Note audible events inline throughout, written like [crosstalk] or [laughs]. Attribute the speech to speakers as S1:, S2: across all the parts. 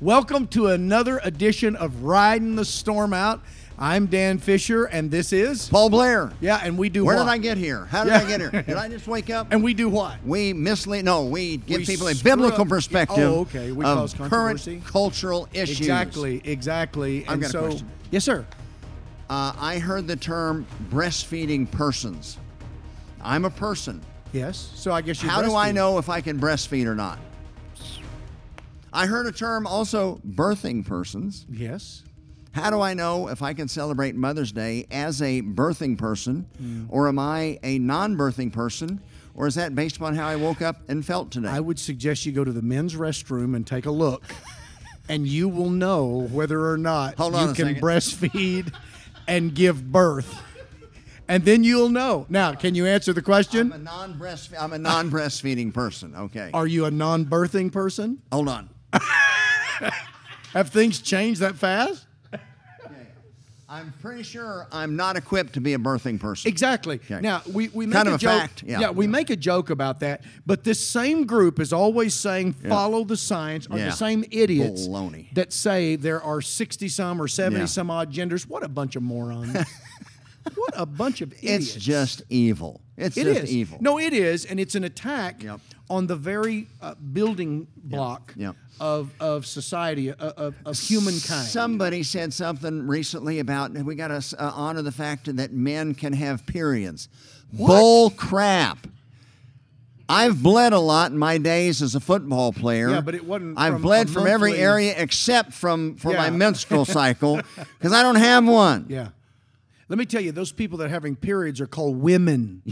S1: Welcome to another edition of Riding the Storm Out. I'm Dan Fisher, and this is
S2: Paul Blair.
S1: yeah, and we do
S2: Where
S1: what?
S2: did I get here? How did
S1: Yeah.
S2: I get here? Did I just wake up?
S1: [laughs] And we do what?
S2: we mislead. No, we give
S1: We
S2: people a
S1: screw
S2: biblical
S1: up-
S2: perspective.
S1: Oh, okay. We
S2: of
S1: cause controversy.
S2: current cultural issues.
S1: Exactly, exactly.
S2: I've
S1: and
S2: got a
S1: so,
S2: question.
S1: yes, sir.
S2: Uh, I heard the term breastfeeding persons. I'm a person.
S1: Yes. So I guess you.
S2: How do I know if I can breastfeed or not? I heard a term also birthing persons.
S1: Yes.
S2: How do I know if I can celebrate Mother's Day as a birthing person,
S1: Hmm.
S2: or am I a non birthing person, or is that based upon how I woke up and felt today?
S1: I would suggest you go to the men's restroom and take a
S2: [laughs]
S1: look, and you will know whether or not
S2: Hold
S1: you
S2: on a
S1: can
S2: second.
S1: breastfeed and give birth, and then you'll know. Now, can you answer the
S2: I'm a
S1: question?
S2: non breast. I'm a non breastfeeding person. Okay.
S1: Are you a non-birthing person?
S2: Hold on.
S1: Have things changed that fast?
S2: I'm pretty sure I'm not equipped to be a birthing person.
S1: Exactly.
S2: Okay.
S1: Now we, we make
S2: Kind
S1: a
S2: of a
S1: joke.
S2: fact, yeah.
S1: we make a joke about that. But this same group is always saying follow the science are
S2: Yeah.
S1: the same idiots
S2: Baloney.
S1: that say there are sixty some or seventy
S2: Yeah.
S1: some odd genders. What a bunch of
S2: [laughs]
S1: morons. what a bunch of idiots.
S2: It's just evil. It's
S1: It
S2: just
S1: is.
S2: evil.
S1: No, it is, and it's an attack
S2: Yep.
S1: on the very uh, building block
S2: Yep.
S1: of of society of, of, of humankind.
S2: Somebody said something recently about we got to uh, honor the fact that men can have periods. Bull crap. I've bled a lot in my days as a football player.
S1: Yeah, but it wasn't
S2: I've
S1: from
S2: bled
S1: a
S2: from every
S1: monthly-
S2: area except from for
S1: Yeah.
S2: my menstrual cycle
S1: [laughs]
S2: because I don't have one.
S1: Yeah. Let me tell you, those people that are having periods are called women.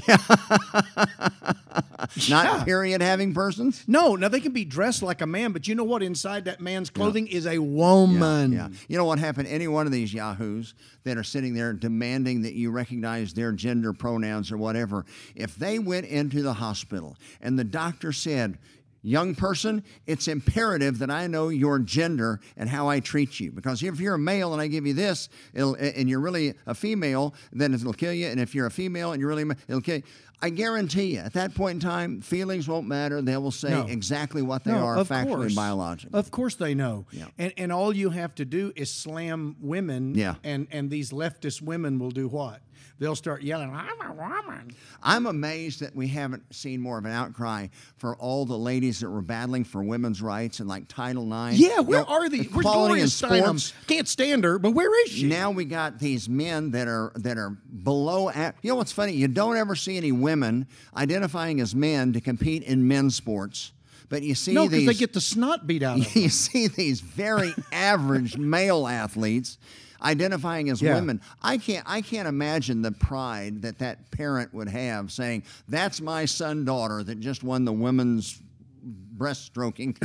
S2: Not period having persons.
S1: No, now they can be dressed like a man, but you know what? Inside that man's clothing is a woman.
S2: Yeah. You know what happened? Any one of these yahoos that are sitting there demanding that you recognize their gender pronouns or whatever, if they went into the hospital and the doctor said, Young person, it's imperative that I know your gender and how I treat you. Because if you're a male and I give you this, it'll, and you're really a female, then it'll kill you. And if you're a female and you're really, a ma- it'll kill you. I guarantee you, at that point in time, feelings won't matter. They will say
S1: No.
S2: exactly what they
S1: No,
S2: are
S1: of
S2: factually
S1: course.
S2: and biologically.
S1: Of course they know.
S2: Yeah.
S1: And and all you have to do is slam women
S2: Yeah.
S1: and, and these leftist women will do what? They'll start yelling, I'm a woman.
S2: I'm amazed that we haven't seen more of an outcry for all the ladies that were battling for women's rights and like Title IX.
S1: Yeah, where
S2: You know,
S1: are the where's
S2: equality
S1: Gloria
S2: in
S1: Steinem?
S2: sports.
S1: Can't stand her, but where is she?
S2: Now we got these men that are that are below. a- You know what's funny? You don't ever see any women identifying as men to compete in men's sports, but you see
S1: no, because
S2: these.
S1: they get the snot beat out of them.
S2: [laughs] you see these very
S1: [laughs]
S2: average male athletes identifying as
S1: Yeah.
S2: women. I can't I can't imagine the pride that that parent would have saying, "That's my son daughter that just won the women's
S1: [laughs]
S2: breaststroking."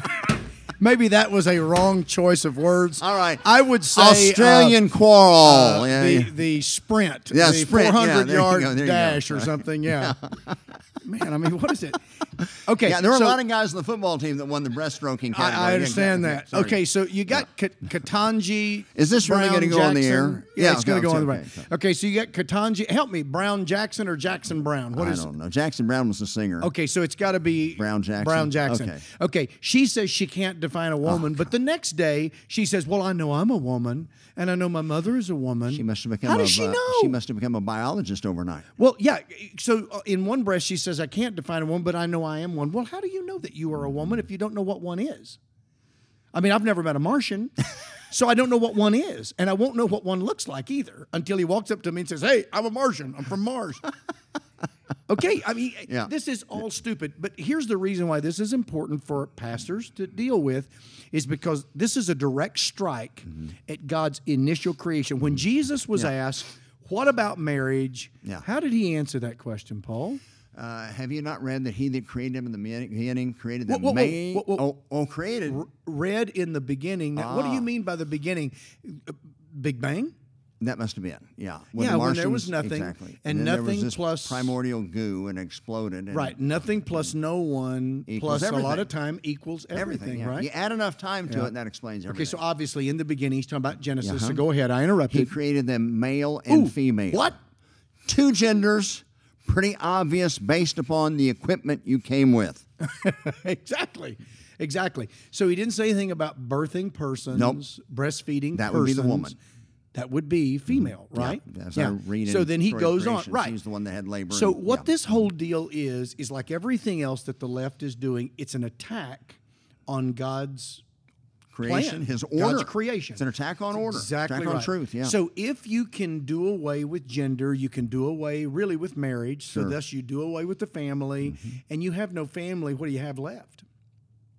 S1: Maybe that was a wrong choice of words.
S2: All right.
S1: I would say uh,
S2: Australian quarrel.
S1: uh,
S2: Yeah,
S1: the,
S2: yeah.
S1: the sprint,
S2: Yeah,
S1: the
S2: sprint. Yeah,
S1: 400
S2: there you
S1: yard
S2: go, there you go.
S1: dash or something.
S2: [laughs]
S1: Yeah. Man, I mean, what is it? Okay.
S2: Yeah, there were
S1: so
S2: a lot of guys on the football team that won the breaststroking category.
S1: I, I
S2: Yeah,
S1: understand
S2: yeah,
S1: that.
S2: sorry.
S1: okay, so you got Ka- Katanji.
S2: Is this really
S1: Brown
S2: gonna go on the
S1: Jackson?
S2: air?
S1: Yeah,
S2: Yeah,
S1: it's going to
S2: okay,
S1: go on the
S2: okay,
S1: air.
S2: okay.
S1: Okay, so you got Katanji. Help me, Brown Jackson or Jackson Brown? What
S2: I
S1: is?
S2: don't know. Jackson Brown was the singer.
S1: Okay, so it's got to be
S2: Brown Jackson?
S1: Brown Jackson.
S2: Okay. Oh,
S1: Okay, she says she can't define a woman, but the next day she says, "Well, I know I'm a woman, and I know my mother is a woman."
S2: She must have become
S1: How
S2: a,
S1: does she
S2: uh,
S1: know?
S2: she must have become a biologist overnight.
S1: Well, yeah. So uh, in one breath, she says, I can't define a woman, but I know I am one. Well, how do you know that you are a woman if you don't know what one is? I mean, I've never met a Martian, so I don't know what one is. And I won't know what one looks like either until he walks up to me and says, Hey, I'm a Martian. I'm from Mars. okay. I mean, e,
S2: Yeah.
S1: this is all stupid. But here's the reason why this is important for pastors to deal with is because this is a direct strike at God's initial creation. When Jesus was asked, What about marriage?
S2: Yeah.
S1: How did he answer that question, Paul?
S2: Uh, have you not read that he that created them in the beginning created them
S1: Whoa, whoa, whoa,
S2: male?
S1: whoa, whoa.
S2: Oh, oh, created.
S1: Read in the beginning. Now, What do you mean by the beginning? Uh, Big Bang?
S2: That must have been. Yeah. When
S1: Yeah, when there
S2: the Martians-
S1: was nothing,
S2: Exactly.
S1: and
S2: then there was
S1: nothing
S2: this
S1: plus-
S2: primordial goo and exploded. And
S1: Right. Nothing plus no one
S2: Equals
S1: plus a lot
S2: everything.
S1: of time equals everything,
S2: Everything. yeah.
S1: right?
S2: You add enough time to it, and that explains everything.
S1: Okay, so obviously in the beginning he's talking about Genesis. So go ahead, I interrupted.
S2: he created them male and
S1: Ooh,
S2: female.
S1: What?
S2: Two genders. Pretty obvious based upon the equipment you came with.
S1: [laughs] exactly. Exactly. So he didn't say anything about birthing persons, breastfeeding.
S2: That would be the
S1: persons.
S2: woman. Mm-hmm.
S1: That would be female, right?
S2: As I read in
S1: so then he
S2: Troy
S1: goes on,
S2: Creations,
S1: right?
S2: She's the one that had labor.
S1: So
S2: and-
S1: what
S2: yeah.
S1: this whole deal is is like everything else that the left is doing. It's an attack on God's
S2: creation,
S1: plan,
S2: his
S1: God's
S2: order,
S1: creation.
S2: It's an attack on order,
S1: exactly
S2: attack
S1: right.
S2: on truth. Yeah.
S1: So if you can do away with gender, you can do away really with marriage. So thus you do away with the family,
S2: Mm-hmm.
S1: and you have no family. What do you have left?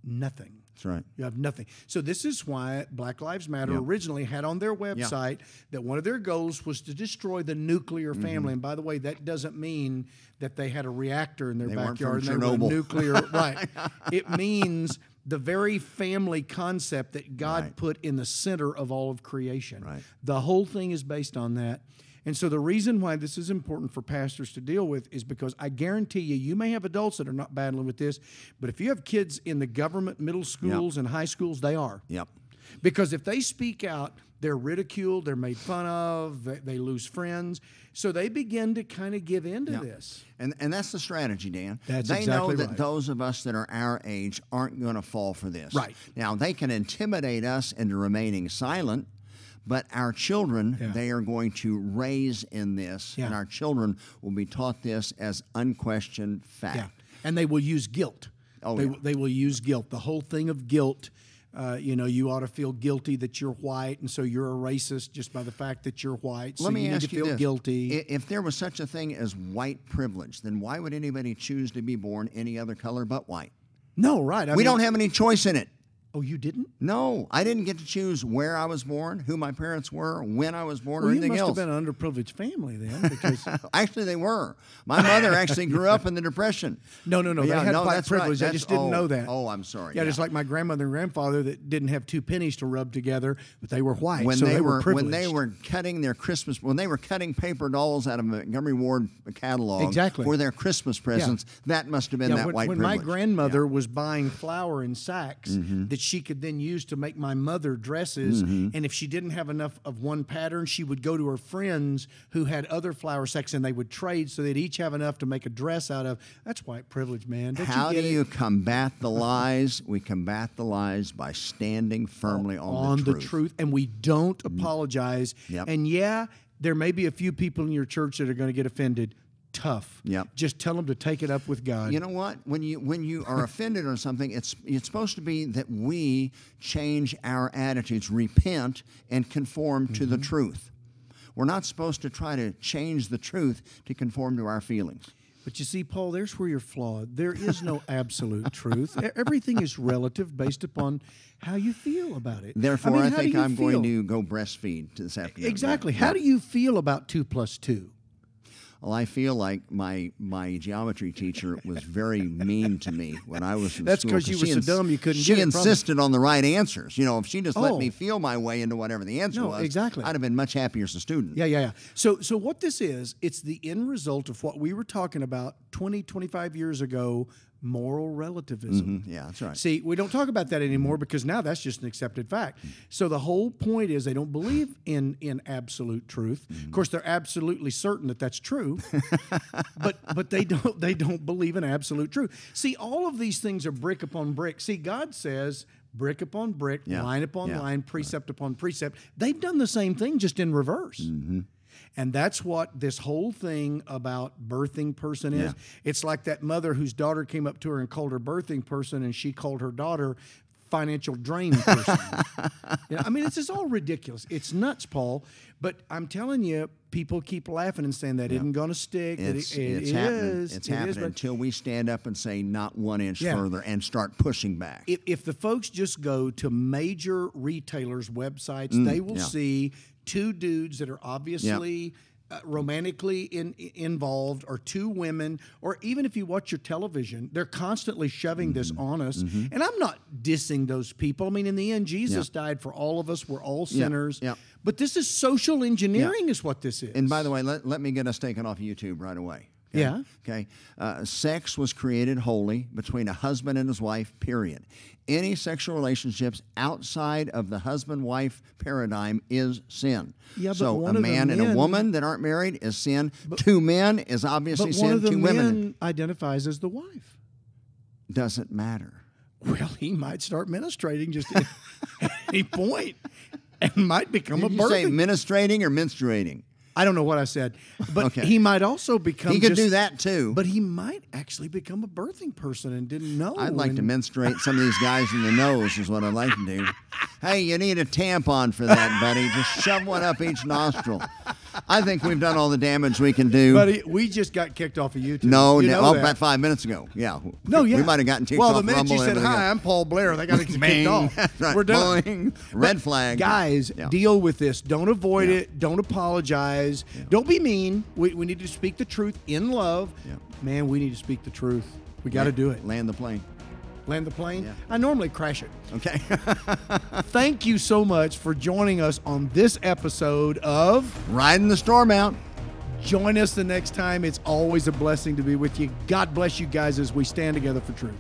S1: Nothing.
S2: that's right.
S1: You have nothing. So this is why Black Lives Matter originally had on their website that one of their goals was to destroy the nuclear
S2: Mm-hmm.
S1: family. And by the way, that doesn't mean that they had a reactor in their
S2: weren't
S1: backyard
S2: from
S1: and they
S2: Chernobyl.
S1: were nuclear.
S2: [laughs]
S1: right. It means the very family concept that God put in the center of all of creation.
S2: Right.
S1: The whole thing is based on that. And so the reason why this is important for pastors to deal with is because I guarantee you, you may have adults that are not battling with this, but if you have kids in the government middle schools and high schools, they are.
S2: Yep.
S1: Because if they speak out, they're ridiculed, they're made fun of, they, they lose friends. So they begin to kind of give in to this.
S2: And, and that's the strategy, Dan.
S1: That's
S2: they know
S1: exactly
S2: that
S1: right.
S2: those of us that are our age aren't going to fall for this.
S1: Right.
S2: Now, they can intimidate us into remaining silent, but our children,
S1: Yeah.
S2: they are going to raise in this, and
S1: Yeah.
S2: our children will be taught this as unquestioned fact.
S1: Yeah. And they will use guilt.
S2: Oh,
S1: they,
S2: yeah.
S1: they will use guilt. The whole thing of guilt. Uh, you know, you ought to feel guilty that you're white, and so you're a racist just by the fact that you're white. So
S2: Let me
S1: you
S2: ask
S1: need to
S2: you
S1: feel
S2: this.
S1: guilty.
S2: I- If there was such a thing as white privilege, then why would anybody choose to be born any other color but white?
S1: no, right. I
S2: we
S1: mean-
S2: don't have any choice in it.
S1: Oh, you didn't?
S2: No, I didn't get to choose where I was born, who my parents were, when I was born, or
S1: Well, you
S2: anything
S1: must
S2: else.
S1: have been an underprivileged family then,
S2: [laughs]
S1: because
S2: Actually, they were. My mother actually grew up in the Depression.
S1: no, no, no.
S2: Yeah,
S1: they had
S2: no,
S1: white
S2: that's right.
S1: privilege. I
S2: That's-
S1: just didn't
S2: oh,
S1: know that.
S2: oh, I'm sorry,
S1: Yeah,
S2: yeah.
S1: just like my grandmother and grandfather that didn't have two pennies to rub together, but they were white,
S2: When
S1: so
S2: they, were,
S1: privileged.
S2: when they were cutting their Christmas when they were cutting paper dolls out of Montgomery Ward catalog
S1: Exactly.
S2: for their Christmas presents, that must have been
S1: Yeah,
S2: that
S1: when,
S2: white
S1: when
S2: privilege. Mm-hmm.
S1: my grandmother was buying flour in sacks that she could then use to make my mother dresses, and if she didn't have enough of one pattern, she would go to her friends who had other flour sacks, and they would trade so they'd each have enough to make a dress out of. That's white privilege, man. Don't
S2: How
S1: you
S2: do
S1: get it?
S2: you combat the lies? We combat the lies by standing firmly
S1: [laughs]
S2: on,
S1: on the
S2: truth. Mm.
S1: truth, and we don't apologize.
S2: Yep.
S1: And yeah, there may be a few people in your church that are going to get offended. Tough.
S2: Yep.
S1: Just tell them to take it up with God.
S2: You know what? When you when you are offended on something, it's it's supposed to be that we change our attitudes, repent, and conform to
S1: Mm-hmm.
S2: the truth. We're not supposed to try to change the truth to conform to our feelings.
S1: But you see, Paul, there's where you're flawed. There is
S2: [laughs]
S1: no absolute truth. E- Everything is relative based upon how you feel about it.
S2: Therefore,
S1: mean,
S2: I,
S1: how do
S2: think
S1: you
S2: I'm
S1: feel?
S2: going to go breastfeed to this afternoon.
S1: Exactly. How do you feel about two plus two?
S2: Well, I feel like my my geometry teacher was very mean to me when I was in
S1: That's
S2: school.
S1: 'cause you were so dumb you couldn't
S2: She
S1: get it from her.
S2: insisted on the right answers. You know, if she just let
S1: Oh.
S2: me feel my way into whatever the answer
S1: No,
S2: was,
S1: exactly.
S2: I'd have been much happier as a student.
S1: Yeah, yeah, yeah. So so what this is, it's the end result of what we were talking about 20, 25 years ago, moral relativism.
S2: Yeah, that's right.
S1: See, we don't talk about that anymore because now that's just an accepted fact. So the whole point is they don't believe in in absolute truth. Of course, they're absolutely certain that that's
S2: [laughs]
S1: true, but but they don't they don't believe in absolute truth. See, all of these things are brick upon brick. See, God says brick upon brick,
S2: Yeah.
S1: line upon
S2: Yeah.
S1: line, precept upon precept. They've done the same thing just in reverse. And that's what this whole thing about birthing person is. It's like that mother whose daughter came up to her and called her birthing person, and she called her daughter financial drain
S2: [laughs]
S1: person. You know, I mean, it's just all ridiculous. It's nuts, Paul. But I'm telling you, people keep laughing and saying that isn't going to stick. that
S2: It's,
S1: it, it
S2: it's happening.
S1: is,
S2: It's
S1: it is,
S2: happening
S1: but-
S2: until we stand up and say not one inch
S1: Yeah.
S2: further and start pushing back.
S1: if, if the folks just go to major retailers' websites, they will
S2: Mm, yeah.
S1: see two dudes that are obviously uh, romantically in, i- involved, or two women, or even if you watch your television, they're constantly shoving this
S2: Mm-hmm.
S1: on us. And I'm not dissing those people. I mean, in the end, Jesus died for all of us. We're all sinners.
S2: yeah.
S1: But this is social engineering, is what this is.
S2: and by the way, let, let me get us taken off YouTube right away. okay?
S1: Yeah.
S2: Okay. Uh, sex was created holy between a husband and his wife, period. Any sexual relationships outside of the husband wife paradigm is sin.
S1: Yeah, but
S2: so
S1: one
S2: a
S1: of the
S2: man and a
S1: men-
S2: woman that aren't married is sin. two men is
S1: but
S2: obviously
S1: one
S2: sin.
S1: of the
S2: Two
S1: men
S2: women
S1: identifies as the wife.
S2: doesn't matter.
S1: Well, he might start ministrating just at any point and might become
S2: Did
S1: a
S2: you say
S1: birthing.
S2: ministrating or menstruating?
S1: I don't know what I said, but
S2: Okay.
S1: he might also become.
S2: He could
S1: just-
S2: do that too.
S1: but he might actually become a birthing person and didn't know.
S2: I'd like to
S1: and-
S2: menstruate some of these guys in the nose is what I'd like
S1: [laughs]
S2: to do. Hey, you need a tampon for that, buddy. Just shove one up each nostril. I think we've done all the damage we can do.
S1: Buddy, we just got kicked off of YouTube.
S2: no,
S1: You
S2: no,
S1: know
S2: oh,
S1: that.
S2: about five minutes ago. Yeah.
S1: No, yeah.
S2: We might have gotten too
S1: Well,
S2: off
S1: the minute
S2: Rumble
S1: you
S2: and
S1: said,
S2: everything
S1: "Hi,
S2: else.
S1: I'm Paul Blair,"
S2: [laughs]
S1: they got us kicked
S2: Bing.
S1: off.
S2: That's right.
S1: We're done.
S2: Boing. Red flag.
S1: Guys,
S2: Yeah.
S1: deal with this. Don't avoid
S2: Yeah.
S1: it. Don't apologize. Don't be mean. We, we need to speak the truth in love.
S2: Yeah.
S1: Man, we need to speak the truth. We got to do it.
S2: Land the plane.
S1: Land the plane.
S2: Yeah.
S1: I normally crash it.
S2: Okay. [laughs]
S1: Thank you so much for joining us on this episode of
S2: Riding the storm out.
S1: Join Us the next time. It's always a blessing to be with you. God bless you guys as we stand together for truth.